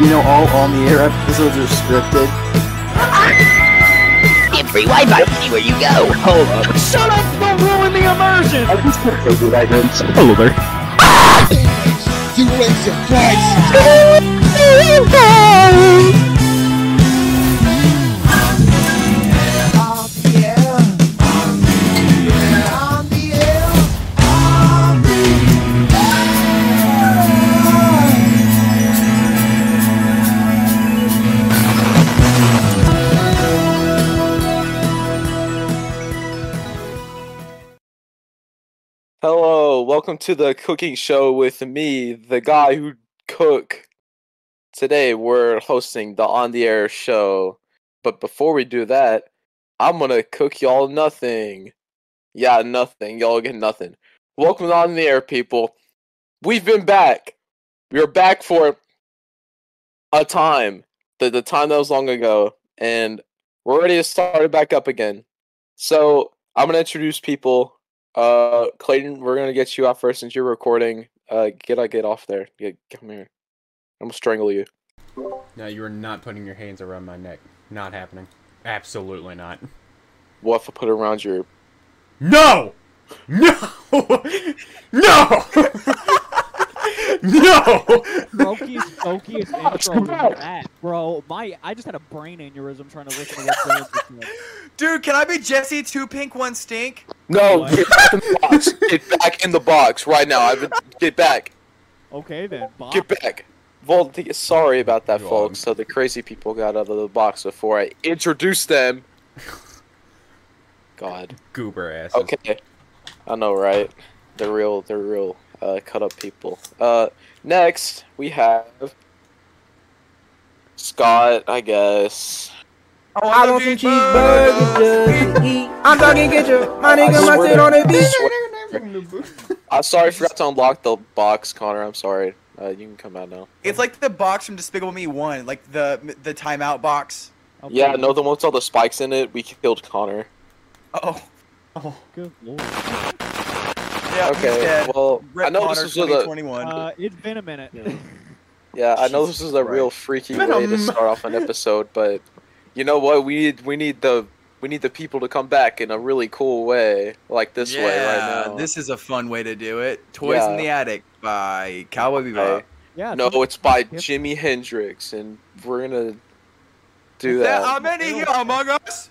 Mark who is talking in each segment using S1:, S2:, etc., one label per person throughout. S1: You know, all on the air episodes are scripted.
S2: Get free Wi-Fi anywhere you go.
S1: Hold up.
S3: Shut up! Don't ruin the immersion!
S1: I just put crazy vibrance.
S4: You raise your price.
S5: Hello, welcome to the cooking show with me, the guy who cook. Today we're hosting the on the air show, but before we do that, I'm gonna cook y'all nothing. Yeah, nothing. Y'all get nothing. Welcome to on the air, people. We've been back. We were back for a time, the the time that was long ago, and we're ready to start it back up again. So I'm gonna introduce people uh, Clayton, we're gonna get you out first since you're recording. Uh, get I get off there. Get come here. I'm gonna strangle you.
S6: No, you are not putting your hands around my neck. Not happening. Absolutely not.
S5: What if I put it around your?
S6: No! No! No! no!
S3: Brokey's Brokey's intro was bad, bro. My, I just had a brain aneurysm trying to listen to what Dylan just
S7: Dude, can I be Jesse? Two pink, one stink.
S5: No,
S3: What?
S5: get back in the box. Get back in the box right now. I've been, get back.
S3: said. Okay then, Bob.
S5: Get back. Volt, sorry about that,
S6: Go on.
S5: folks. So the crazy people got out of the box before I introduced them. God.
S6: Goober ass.
S5: Okay. I know, right? They're real. They're real. Uh, cut up people. Uh, next we have Scott, I guess.
S7: Oh, I want some cheeseburgers.
S8: I'm talking get your my nigga, my shit on the beat.
S5: I'm sorry, I forgot to unlock the box, Connor. I'm sorry. Uh, you can come out now.
S7: It's like the box from Despicable Me One, like the the timeout box.
S3: Okay.
S5: Yeah, no, the one with all the spikes in it. We killed Connor.
S7: Oh,
S3: Good lord.
S7: yeah. he's
S5: Okay.
S7: dead.
S5: Well,
S7: Rip
S5: I know
S7: Connor
S5: this is a
S7: 2021.
S3: Uh, it's been a minute.
S5: yeah. I know this is a real freaky way to
S6: Venom.
S5: start off an episode, but you know what? We need we need the we need the people to come back in a really cool way, like this
S7: yeah,
S5: way right now.
S7: this is a fun way to do it. Toys in
S5: Yeah.
S7: the Attic by Cowboy Bebop.
S5: Okay.
S3: Yeah.
S5: No,
S3: somebody-
S5: it's by
S3: Yep.
S5: Jimi Hendrix, and we're gonna do
S7: There
S5: that.
S7: are many here among us.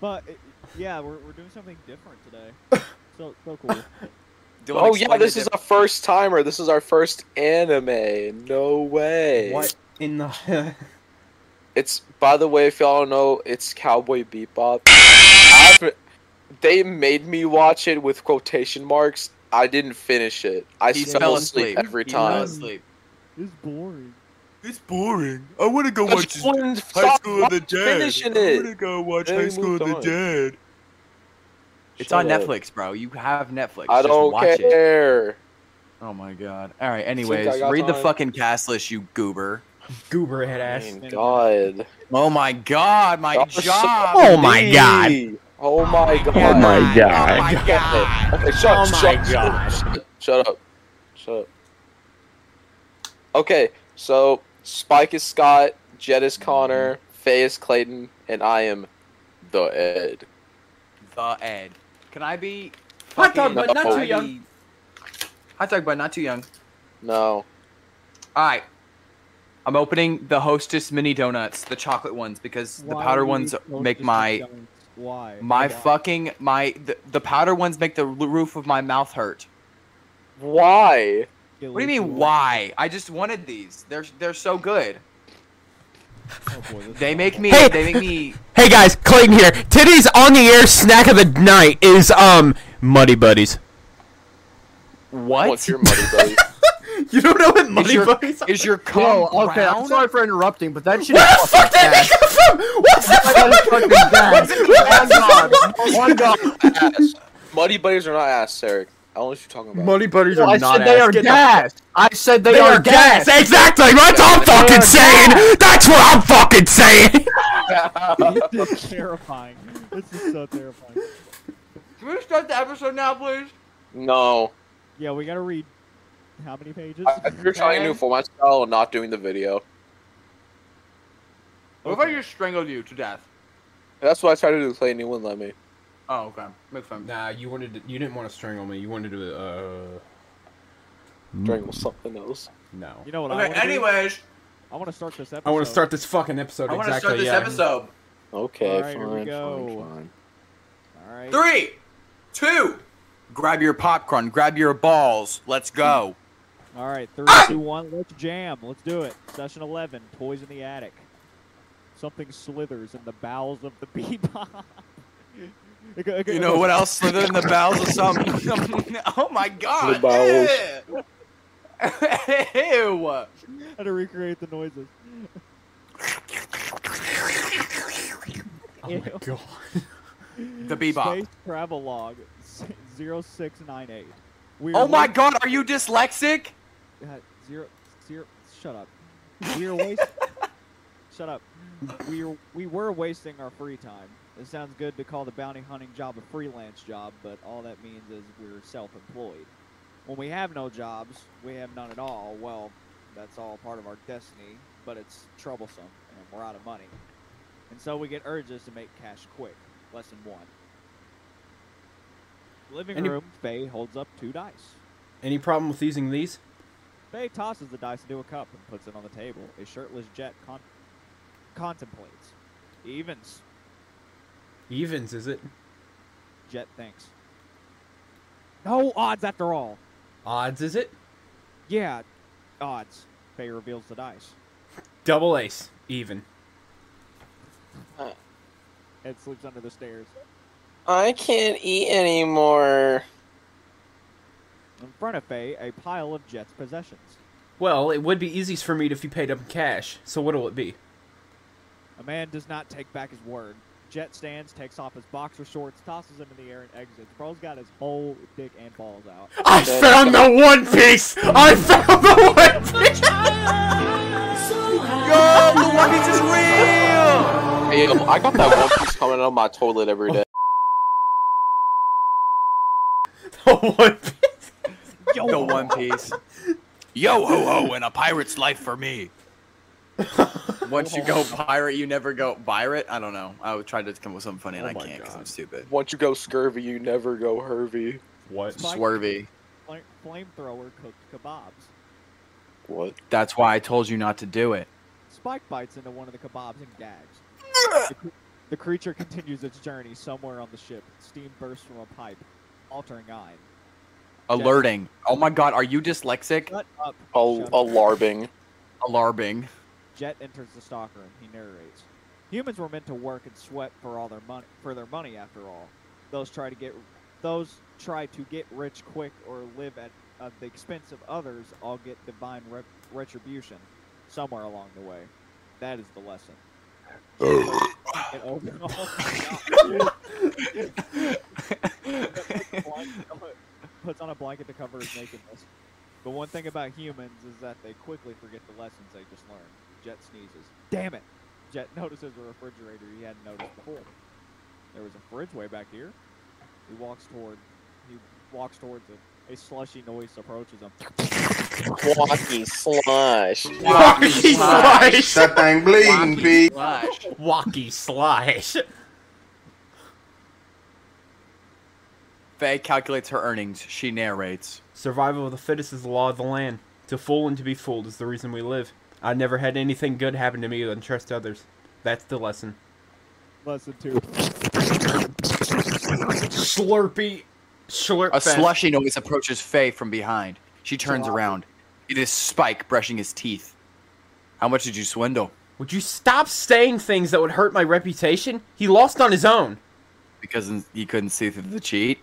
S3: But it- yeah, we're, we're doing something different today. So so cool.
S7: Don't
S5: oh
S7: explain
S5: yeah, this
S7: the
S5: is our first timer. This is our first anime. No way.
S6: What in the?
S5: It's by the way, if y'all don't know, it's Cowboy Bebop. I've, they made me watch it with quotation marks. I didn't finish it. I
S7: He
S5: fell,
S7: fell
S5: asleep,
S7: asleep.
S5: every
S7: He fell
S5: time.
S7: asleep.
S3: It's boring.
S7: It's boring. I want to go
S5: That's
S7: watch
S5: one
S7: High
S5: stop
S7: School of the
S5: watch-
S7: Dead.
S5: Finishing
S7: I want
S5: it.
S7: to go watch
S5: They
S7: High School of the
S5: moved
S7: Dead. It's
S5: Shut
S7: on
S5: up.
S7: Netflix, bro. You have Netflix.
S5: I
S7: Just
S5: don't
S7: watch It.
S5: care.
S7: Oh my god. All right.
S5: I
S7: Anyways,
S5: got
S7: read the
S5: time.
S7: fucking cast list, you goober.
S6: Goober head
S5: I
S6: ass.
S5: mean, God.
S7: Oh my god, my
S5: Y'all are so
S7: job.
S6: Oh my god.
S5: Hey. Oh my god.
S1: Oh my
S6: Oh
S1: god.
S6: my
S5: god. Okay, shut up,
S6: Oh
S5: shut
S6: my
S5: up,
S6: God.
S5: Shut up, shut up. Shut up. Okay, so Spike is Scott, Jed is Connor, Faye is Clayton, and I am the Ed.
S7: The Ed. Can I be?
S8: Hot dog,
S7: fucking-
S5: but not
S7: can
S5: too
S7: I
S8: young.
S7: be- Hot dog, but not too young.
S5: No.
S7: All right. I'm opening the Hostess mini donuts, the chocolate ones, because the
S3: Why
S7: powder
S3: we
S7: ones
S3: don't
S7: make
S3: just
S7: my
S3: don't- Why?
S7: my
S3: Why?
S7: fucking my the, the powder ones make the l- roof of my mouth hurt.
S5: Why?
S7: What do you mean why? I just wanted these. They're they're so good.
S3: Oh, boy, this-
S7: They make me
S9: Hey!
S7: they make me
S9: Hey guys, Clayton here. Today's on the air snack of the night is um Muddy Buddies.
S7: what?
S5: What's your money, buddy?
S6: You don't know what
S7: Is
S6: money
S7: your,
S6: buddies are?
S7: is your cum
S8: Oh,
S7: brown?
S8: for interrupting, but that shit.
S9: Where the fuck did that come from? What's the fuck?
S8: One Oh god.
S5: ass. Muddy buddies are not ass, Eric. I don't know what you're talking about.
S6: Money buddies
S8: I
S6: are not
S8: said they
S6: ass.
S8: are
S6: Get the-
S8: gas. I said
S9: They are gas. Exactly. That's what I'm
S5: They
S9: fucking saying. That's what I'm fucking saying.
S3: this is terrifying. This is so terrifying.
S7: Can we start the episode now, please?
S5: No.
S3: Yeah, we gotta read How many pages?
S5: I- If you're trying a new format style and not doing the video,
S7: What if I just strangled you to death?
S5: that's what I tried to do. Clay, and you wouldn't let me.
S7: Oh, okay. Make fun.
S6: Nah, you wanted to, you didn't want to strangle me. You wanted to uh
S5: During something else.
S6: no.
S3: You know what? I
S7: Okay.
S3: wanna do?
S7: Anyways,
S3: I want to start this episode.
S6: I want to start this fucking episode.
S7: I want to
S6: exactly.
S7: start this
S6: yeah.
S7: episode.
S5: Okay,
S3: All right, here we
S5: fine,
S3: go.
S5: fine, fine.
S3: All right.
S7: Three, two. Grab your popcorn. Grab your balls. Let's go.
S3: All right. Three,
S7: Ah!
S3: two, one. Let's jam. Let's do it. Session eleven. Toys in the attic. Something slithers in the bowels of the bebop. It go- it go-
S7: You
S3: it
S7: know
S3: goes-
S7: what else slithered in the bowels of something? oh my god!
S5: The bowels.
S7: Ew.
S3: I had to recreate the noises.
S6: Oh
S3: Ew.
S6: my god.
S7: The bebop.
S3: Space travelogue 0698. We
S7: Oh
S3: are
S7: my
S3: wait-
S7: god, are you dyslexic?
S3: God, Uh, zero, zero. Shut up. We are wasting. shut up. We are, we were wasting our free time. It sounds good to call the bounty hunting job a freelance job, but all that means is we're self-employed. When we have no jobs, we have none at all. Well, that's all part of our destiny, but it's troublesome, and we're out of money. And so we get urges to make cash quick. Lesson one. Living
S6: Any-
S3: room, Faye holds up two dice.
S6: Any problem with using these?
S3: Faye tosses the dice into a cup and puts it on the table. A shirtless jet con- contemplates. Evens.
S6: Evens, is it?
S3: Jet thinks. No odds after all.
S6: Odds, is it?
S3: Yeah, odds. Faye reveals the dice.
S6: Double ace. Even.
S3: Ed sleeps under the stairs.
S5: I can't eat anymore.
S3: In front of Faye, a pile of Jet's possessions.
S6: Well, it would be easiest for me if you paid up in cash. So what'll it be?
S3: A man does not take back his word. Jet stands, takes off his boxer shorts, tosses them in the air, and exits. Bro's got his whole dick and balls out.
S9: I found the One Piece. I found the One Piece.
S7: Yo, the One Piece is real!
S5: Hey, um, I got that one piece coming out of my toilet every day.
S6: The One Piece.
S3: Yo,
S7: The One Piece. Yo ho ho, and a pirate's life for me. Once you go pirate, you never go pirate. I don't know. I tried to come up with something funny and
S6: Oh
S7: I
S6: my
S7: can't because
S6: God.
S7: I'm stupid.
S5: Once you go scurvy, you never go hervy.
S6: What?
S3: Spike-
S7: Swervy.
S3: fl- flamethrower cooked kebabs.
S5: What?
S7: That's why I told you not to do it.
S3: Spike bites into one of the kebabs and gags. The, cr- the creature continues its journey somewhere on the ship. Steam bursts from a pipe, altering iron.
S7: Alerting. Oh my god, are you dyslexic?
S3: Shut up.
S5: A,
S3: shut
S5: a
S3: up.
S5: larbing.
S7: Alarming.
S3: Jet enters the stockroom. He narrates. Humans were meant to work and sweat for all their money. For their money, after all, those try to get those try to get rich quick or live at, at the expense of others. All get divine rep- retribution somewhere along the way. That is the lesson. Get over- Oh my God. puts on a blanket to cover his nakedness. But one thing about humans is that they quickly forget the lessons they just learned. Jet sneezes. Damn it! Jet notices a refrigerator he hadn't noticed before. There was a fridge way back here. He walks toward. He walks towards it. A slushy noise approaches him.
S5: Blocky slush.
S9: Wacky slice.
S4: That thing bleeding, B.
S7: Slash.
S6: Wacky slice.
S7: Faye calculates her earnings. She narrates.
S6: Survival of the fittest is the law of the land. To fool and to be fooled is the reason we live. I never had anything good happen to me than trust others. That's the lesson.
S3: Lesson two.
S6: Slurpy. Slurp.
S7: A
S6: fest.
S7: slushy noise approaches Faye from behind. She turns around. It is Spike brushing his teeth. How much did you swindle?
S6: Would you stop saying things that would hurt my reputation? He lost on his own.
S7: Because he couldn't see through the cheat.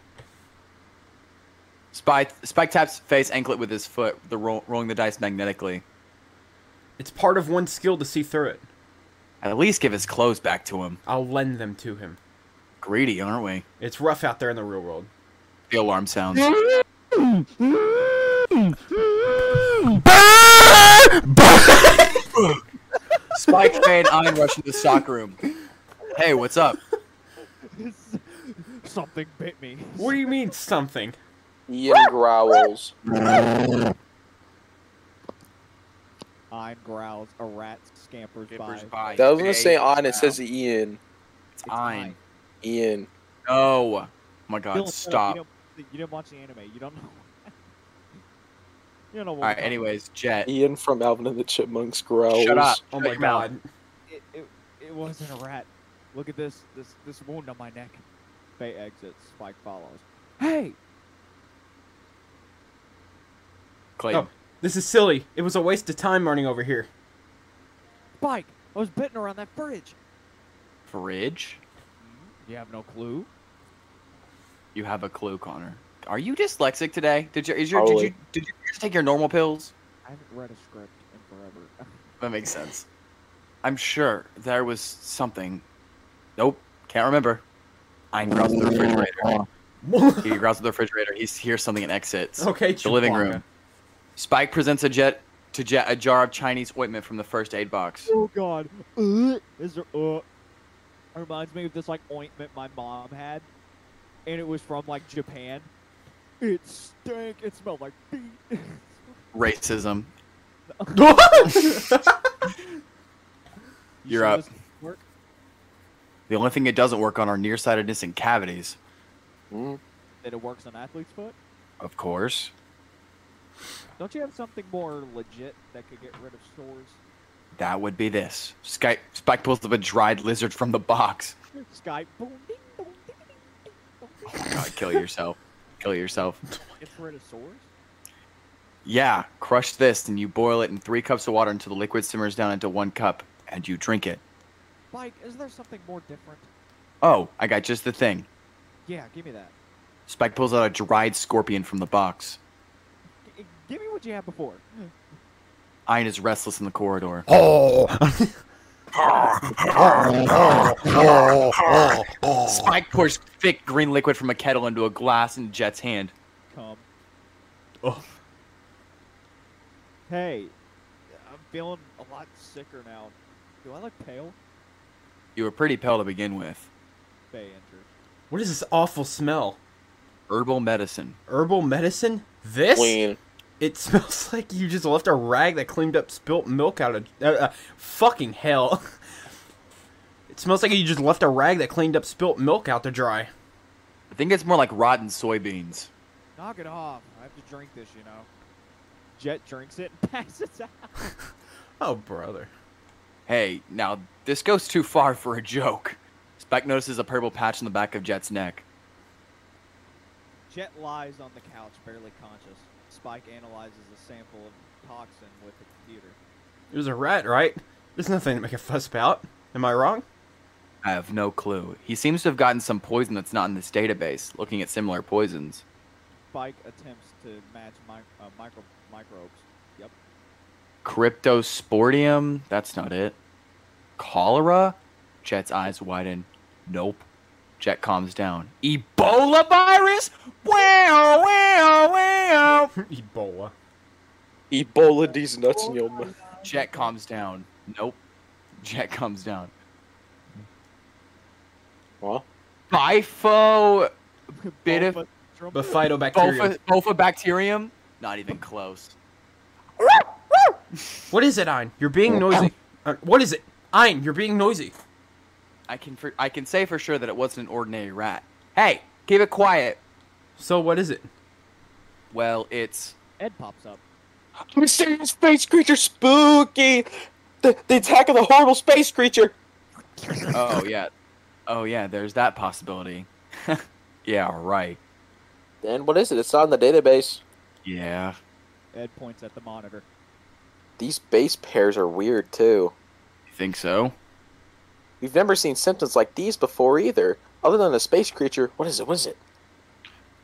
S7: Spike, Spike taps Faye's anklet with his foot, the roll, rolling the dice magnetically.
S6: It's part of one's skill to see through it.
S7: At least give his clothes back to him.
S6: I'll lend them to him.
S7: Greedy, aren't we?
S6: It's rough out there in the real world.
S7: The alarm sounds. Spike, Faye, and Ian rush into the soccer room. Hey, what's up?
S3: Something bit me.
S6: What do you mean something?
S5: Ian growls.
S3: Ein growls, a rat scampers,
S7: Skipper's
S3: by.
S7: by.
S5: That was gonna say
S7: Wow.
S5: on. It says Ian.
S7: It's Ein.
S5: Ian.
S7: No. Oh my God!
S3: Dylan, shut up.
S7: stop.
S3: You, don't, you didn't watch the anime. You don't know. you don't know.
S7: All
S3: What
S7: right.
S3: we're talking
S7: Anyways, Jet.
S5: Ian from Alvin and the Chipmunks growls.
S7: Shut up.
S6: Oh
S7: Shut
S6: my
S7: your mouth.
S6: god.
S3: it, it, it wasn't a rat. Look at this, this, this wound on my neck. Faye exits. Spike follows. Hey,
S7: Clayton.
S6: Oh. This is silly. It was a waste of time running over here.
S3: Spike! I was bitten around that bridge.
S7: Fridge.
S3: You have no clue.
S7: You have a clue, Connor. Are you dyslexic today? Did you? Is your? Did
S5: Probably.
S7: you? Did you just take your normal pills?
S3: I haven't read a script in forever.
S7: That makes sense. I'm sure there was something. Nope. Can't remember. Ein growls at the refrigerator. He growls at the refrigerator. He hears something and exits.
S6: okay,
S7: The living
S6: Chewbacca.
S7: room. Spike presents a jet to jet a jar of Chinese ointment from the first aid box.
S3: oh God. Uh, is there? Uh, it reminds me of this like ointment my mom had, and it was from like Japan. It stank. It smelled like feet.
S7: Racism.
S3: You
S7: You're
S3: sure
S7: up.
S3: this can Work?
S7: The only thing it doesn't work on are nearsightedness and cavities.
S3: That it works on athlete's foot.
S7: Of course.
S3: Don't you have something more legit that could get rid of sores?
S7: That would be this. Sky- Spike pulls up a dried lizard from the box.
S3: Skype. Boom, ding, boom, ding, ding, ding, boom, ding.
S7: God, kill yourself. kill yourself.
S3: It's rid of sores.
S7: Yeah, crush this and you boil it in three cups of water until the liquid simmers down into one cup and you drink it.
S3: Mike, is there something more different?
S7: Oh, I got just the thing.
S3: Yeah, give me that.
S7: Spike pulls out a dried scorpion from the box.
S3: G- give me what you had before.
S7: Ian is restless in the corridor. Spike pours thick green liquid from a kettle into a glass in Jet's hand.
S3: Come.
S6: Oh.
S3: Hey, I'm feeling a lot sicker now. Do I look pale?
S7: You were pretty pale to begin with.
S3: Bay enters.
S6: What is this awful smell?
S7: Herbal medicine.
S6: Herbal medicine? This?
S5: Clean.
S6: It smells like you just left a rag that cleaned up spilt milk out of. Uh, uh, fucking hell. it smells like you just left a rag that cleaned up spilt milk out to dry.
S7: I think it's more like rotten soybeans.
S3: Knock it off. I have to drink this, you know. Jet drinks it and passes out.
S6: Oh, brother.
S7: Hey, now this goes too far for a joke. Spike notices a purple patch on the back of Jet's neck.
S3: Jet lies on the couch, barely conscious. Spike analyzes a sample of toxin with the computer.
S6: It was a rat, right? There's nothing to make a fuss about. Am I wrong?
S7: I have no clue. He seems to have gotten some poison that's not in this database, looking at similar poisons.
S3: Spike attempts to match mi- uh, micro- microbes. Yep.
S7: Cryptosporidium? That's not it. Cholera? Jet's eyes widen. Nope. Jet calms down. Ebola virus? Wow, wow, wow.
S6: Ebola.
S5: Ebola these nuts in your mouth.
S7: Jet calms down. Nope. Jet calms down.
S5: What?
S7: Bifo bit of
S3: Both syndrome.
S6: But phytobacteria.
S7: bofa, bofa bacterium? Not even close.
S6: What is it, Ein? You're being noisy. Uh, what is it? Ein, you're being noisy.
S7: I can for, I can say for sure that it wasn't an ordinary rat. Hey, keep it quiet.
S6: So, what is it?
S7: Well, it's
S3: Ed pops up.
S5: Mysterious space creature spooky! The, the attack of the horrible space creature!
S7: oh yeah, oh yeah. There's that possibility. yeah, right.
S5: Then what is it? It's not in the database.
S7: Yeah.
S3: Ed points at the monitor.
S5: These base pairs are weird too.
S7: You think so?
S5: We've never seen symptoms like these before either. Other than a space creature, what is it? What is it?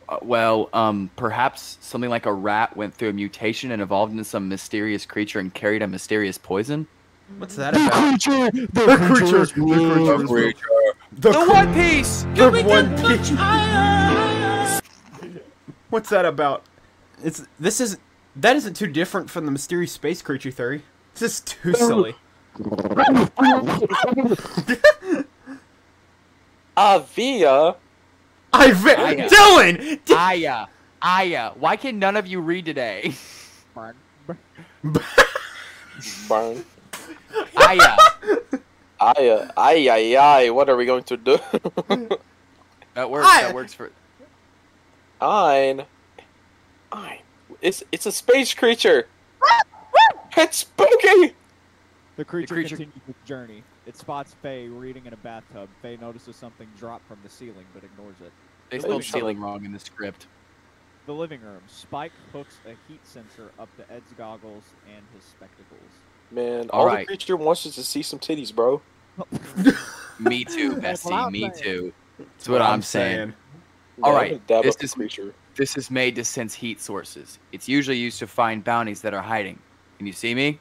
S7: Uh, well, um, perhaps something like a rat went through a mutation and evolved into some mysterious creature and carried a mysterious poison.
S6: What's that about?
S1: creature, the,
S6: creature is
S1: blue.
S6: The,
S7: One Piece.
S6: The One Piece. What's that about? It's this is that isn't too different from the mysterious space creature theory. This is too silly.
S5: Avia?
S6: I ve-
S7: Aya.
S6: Dylan. D-
S7: Aya, uh, Aya. Why can none of you read today?
S3: Burn.
S5: Burn.
S7: I, uh,
S5: Aye, uh, aye, aye, aye. What are we going to do?
S7: that works.
S6: I-
S7: That works for.
S5: Ein. Ein. It's it's a space creature. it's spooky.
S3: The creature,
S7: creature-
S3: continues its journey. It spots Faye reading in a bathtub. Faye notices something drop from the ceiling but ignores it.
S7: They
S5: The living
S7: spelled
S5: room.
S7: ceiling wrong in the script.
S3: The living room. Spike hooks a heat sensor up to Ed's goggles and his spectacles.
S5: Man,
S7: All
S5: all,
S7: right.
S5: the creature wants is to see some titties, bro.
S7: Me too,
S3: That's what
S7: bestie.
S3: I'm
S7: Me
S3: saying.
S7: too. That's what I'm saying. All
S5: All
S7: right,
S5: right, dab
S7: this
S5: up the
S7: is-
S5: creature.
S7: This is made to sense heat sources. It's usually used to find bounties that are hiding. Can you see me?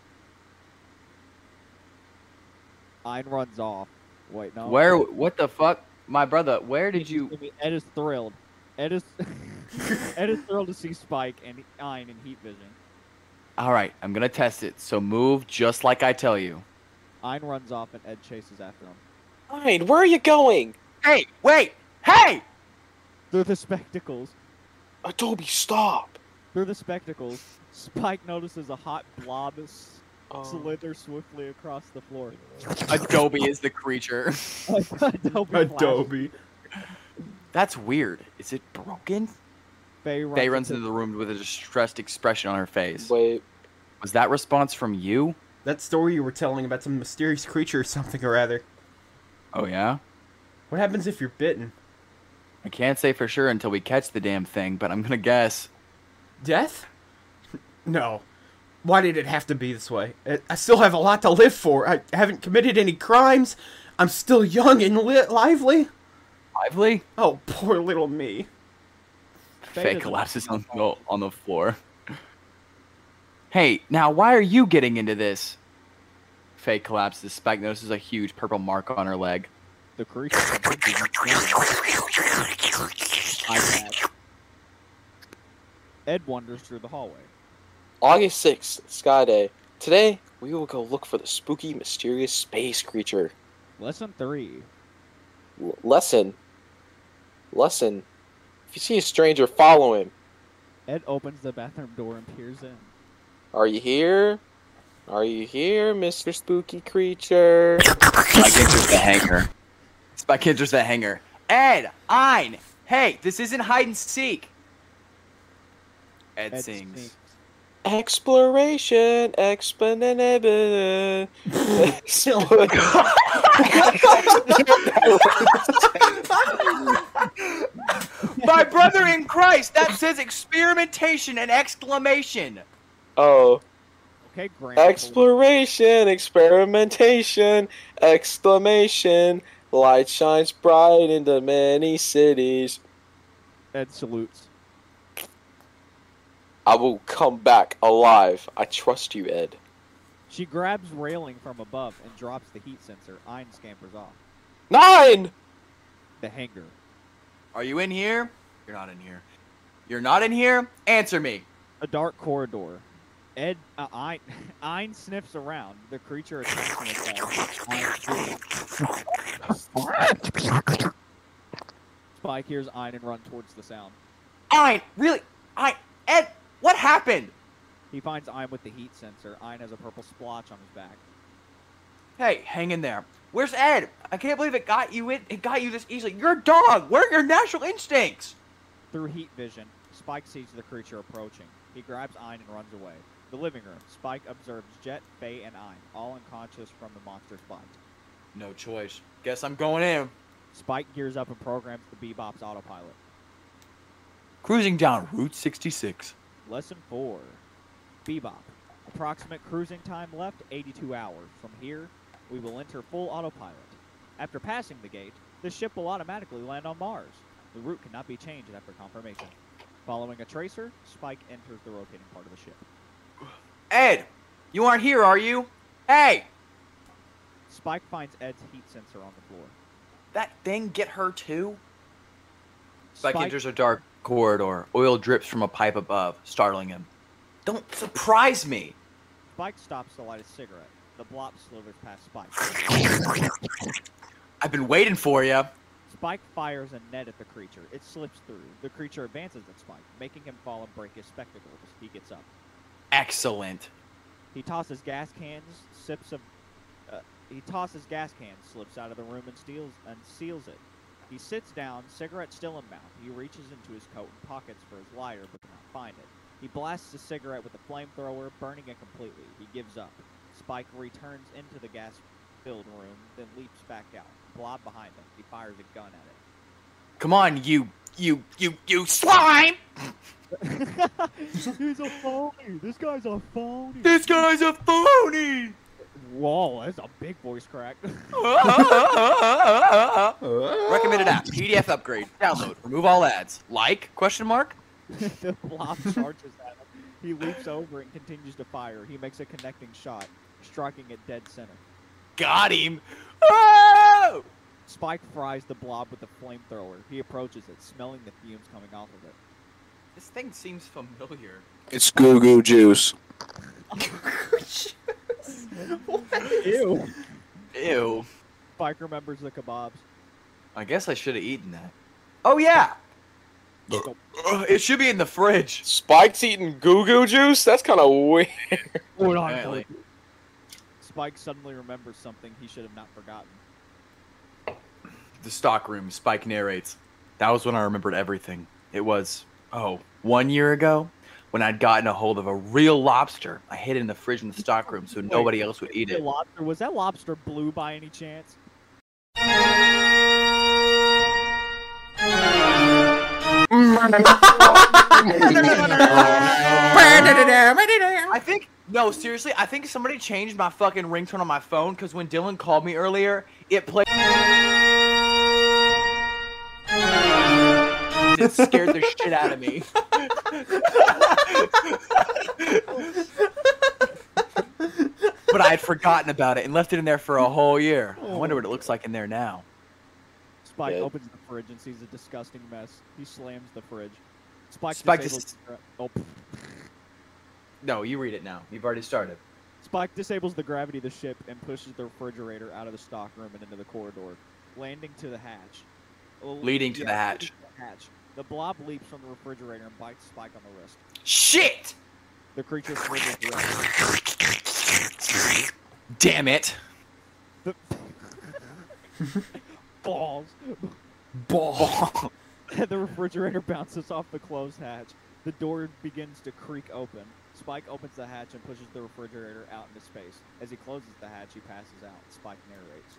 S3: Ein runs off. Wait, no.
S7: Where? What the fuck, my brother? Where did you?
S3: I mean, Ed is thrilled. Ed is Ed is thrilled to see Spike and Ein in heat vision.
S7: All right, I'm gonna test it. So move just like I tell you.
S3: Ein runs off and Ed chases after him.
S5: Ein, where are you going?
S7: Hey, wait, hey!
S3: Through the spectacles,
S5: Adobe, stop.
S3: through the spectacles, Spike notices a hot blob s-
S5: Um,
S3: slither swiftly across the floor.
S7: Adobe is the creature.
S3: Adobe. flashes.
S6: Adobe.
S7: That's weird. Is it broken?
S3: Faye runs,
S7: Faye runs into the room with a distressed expression on her face.
S5: Wait,
S7: Was that response from you?
S6: That story you were telling about some mysterious creature or something or rather.
S7: Oh yeah.
S6: What happens if you're bitten?
S7: I can't say for sure until we catch the damn thing, but I'm gonna guess.
S6: Death? No. Why did it have to be this way? I- I still have a lot to live for. I haven't committed any crimes. I'm still young and li- lively.
S7: Lively.
S6: Oh, poor little me.
S3: Faye
S7: Faye
S3: doesn't-
S7: collapses on the, on the floor. Hey, now why are you getting into this? Faye collapses. Spike notices a huge purple mark on her leg.
S3: The creature. continues running. Spike laughs. Ed wanders through the hallway.
S5: August sixth, Sky Day. Today we will go look for the spooky, mysterious space creature.
S3: Lesson three.
S5: L- lesson. Lesson. If you see a stranger, follow him.
S3: Ed opens the bathroom door and peers in.
S5: Are you here? Are you here, Mr. Spooky Creature?
S7: Spike enters the hangar. Spike enters the hangar. Ed, Ein, hey, this isn't hide and seek. Ed,
S3: Ed
S7: sings.
S3: sneaks.
S5: Exploration, exponent. Explo-
S7: My brother in Christ, that says experimentation and exclamation.
S5: oh,
S3: Okay, Grant.
S5: exploration, experimentation, exclamation! Light shines bright into many cities.
S3: Ed salutes.
S5: I will come back alive. I trust you, Ed.
S3: She grabs railing from above and drops the heat sensor. Ein scampers off.
S5: Nine.
S3: The hangar.
S7: Are you in here? You're not in here. You're not in here? Answer me.
S3: A dark corridor. Ed, uh, Ein, Ein sniffs around. The creature attacks him. with that. Ein shoots. Spike hears Ein and runs towards the sound.
S7: Ein, really? I Ed, what happened?
S3: He finds Ein with the heat sensor. Ein has a purple splotch on his back.
S7: Hey, hang in there. Where's Ed? I can't believe it got you in. It got you this easily. You're a dog. Where are your natural instincts?
S3: Through heat vision, Spike sees the creature approaching. He grabs Ein and runs away. The living room. Spike observes Jet, Faye, and Ein, all unconscious from the monster's bite.
S7: No choice. Guess I'm going in.
S3: Spike gears up and programs the Bebop's autopilot.
S7: Cruising down Route 66.
S3: Lesson 4 Bebop. Approximate cruising time left 82 hours. From here, we will enter full autopilot. After passing the gate, the ship will automatically land on Mars. The route cannot be changed after confirmation. Following a tracer, Spike enters the rotating part of the ship.
S7: Ed, you aren't here, are you? Hey,
S3: Spike finds Ed's heat sensor on the floor.
S7: that thing get her too? Spike,
S3: Spike,
S7: enters a dark corridor. Oil drips from a pipe above, startling him. Don't surprise me.
S3: Spike stops to light a cigarette. The blob slithers past Spike.
S7: I've been waiting for you.
S3: Spike fires a net at the creature. It slips through. The creature advances at Spike, making him fall and break his spectacles. He gets up.
S7: Excellent.
S3: He tosses gas cans, sips a. Uh, he tosses gas cans, slips out of the room and steals and seals it. He sits down, cigarette still in mouth. He reaches into his coat and pockets for his lighter, but cannot find it. He blasts a cigarette with a flamethrower, burning it completely. He gives up. Spike returns into the gas-filled room, then leaps back out. Blob behind him. He fires a gun at it.
S7: Come on, you, you, you, you slime!
S3: He's a phony. This guy's a phony.
S7: This guy's a phony!
S3: Whoa, that's a big voice crack.
S7: Recommended app: PDF upgrade. Download. Remove all ads. Like? Question mark.
S3: the blob charges at him. He leaps over and continues to fire. He makes a connecting shot, striking at dead center.
S7: Got him. Oh!
S3: Spike fries the blob with a flamethrower. He approaches it, smelling the fumes coming off of it.
S7: This thing seems familiar.
S5: It's goo goo juice.
S3: Ew.
S7: Ew.
S3: Spike remembers the kebabs.
S7: I guess I should have eaten that. Oh yeah. Ugh, it should be in the fridge.
S5: Spike's eating goo goo juice? That's kind of weird.
S7: Apparently.
S3: Spike suddenly remembers something he should have not forgotten.
S7: the stockroom, Spike narrates. That was when I remembered everything. It was, oh, one year ago when I'd gotten a hold of a real lobster. I hid it in the fridge in the stockroom so nobody else would eat
S3: The
S7: it.
S3: lobster was that lobster blue by any chance?
S7: I think, no, seriously, I think somebody changed my fucking ringtone on my phone because when Dylan called me earlier, it played. It scared the shit out of me. but I had forgotten about it and left it in there for a whole year. I wonder what it looks like in there now.
S3: Spike
S5: Yeah.
S3: opens the fridge and sees a disgusting mess. He slams the fridge. Spike,
S7: Spike
S3: disables
S7: dis-
S3: the gra- oh, pff.
S7: No, you read it now. You've already started.
S3: Spike disables the gravity of the ship and pushes the refrigerator out of the stockroom and into the corridor, landing to the hatch. Well,
S7: Leading to the hatch.
S3: leading to the hatch. The blob leaps from the refrigerator and bites Spike on the wrist.
S7: Shit!
S3: The creature slithers away.
S7: Damn it!
S3: The balls.
S7: Ball.
S3: the refrigerator bounces off the closed hatch. The door begins to creak open. Spike opens the hatch and pushes the refrigerator out into space. As he closes the hatch, he passes out. Spike narrates.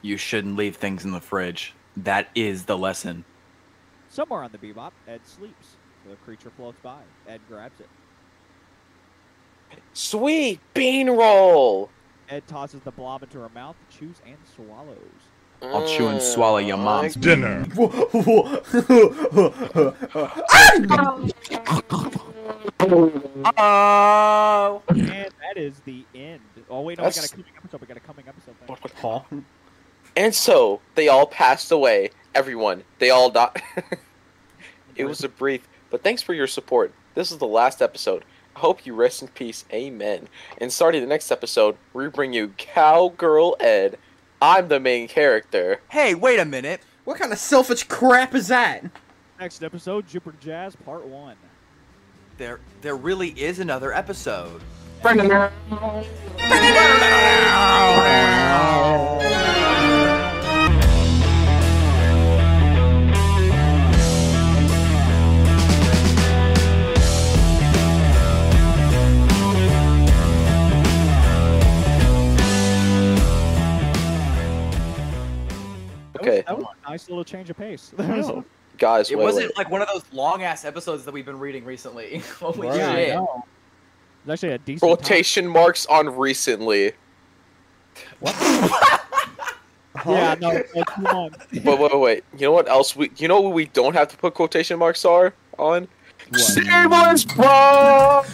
S7: You shouldn't leave things in the fridge. That is the lesson.
S3: Somewhere on the bebop, Ed sleeps. The creature floats by. Ed grabs it.
S5: Sweet bean roll.
S3: Ed tosses the blob into her mouth, chews, and swallows.
S7: I'll chew and swallow your
S5: Mm,
S7: mom's. Oh!
S3: and that is the end. Oh, wait, no, we got
S5: That's-
S3: a coming episode. We got a coming episode. Thing.
S6: Huh?
S5: And so they all passed away. Everyone. They all died. it was a brief, but thanks for your support. This is the last episode. I hope you rest in peace. Amen. And starting the next episode, we bring you Cowgirl Ed. I'm the main character.
S7: Hey, wait a minute.
S6: What kind of selfish crap is that?
S3: Next episode, Jupiter Jazz, part one.
S7: There, there really is another episode.
S5: Okay,
S3: That was a nice little change of pace.
S5: guys,
S7: It
S5: wait,
S7: wasn't
S5: wait.
S7: like one of those long ass episodes that we've been reading recently. Holy
S6: Right.
S3: Yeah, I
S7: shit.
S3: know. It's actually a decent time.
S5: Quotation marks on recently.
S3: Yeah, no, it's two months.
S5: But wait, wait, wait. You know what else we? You know what we don't have to put quotation marks are on. Sailors, bro.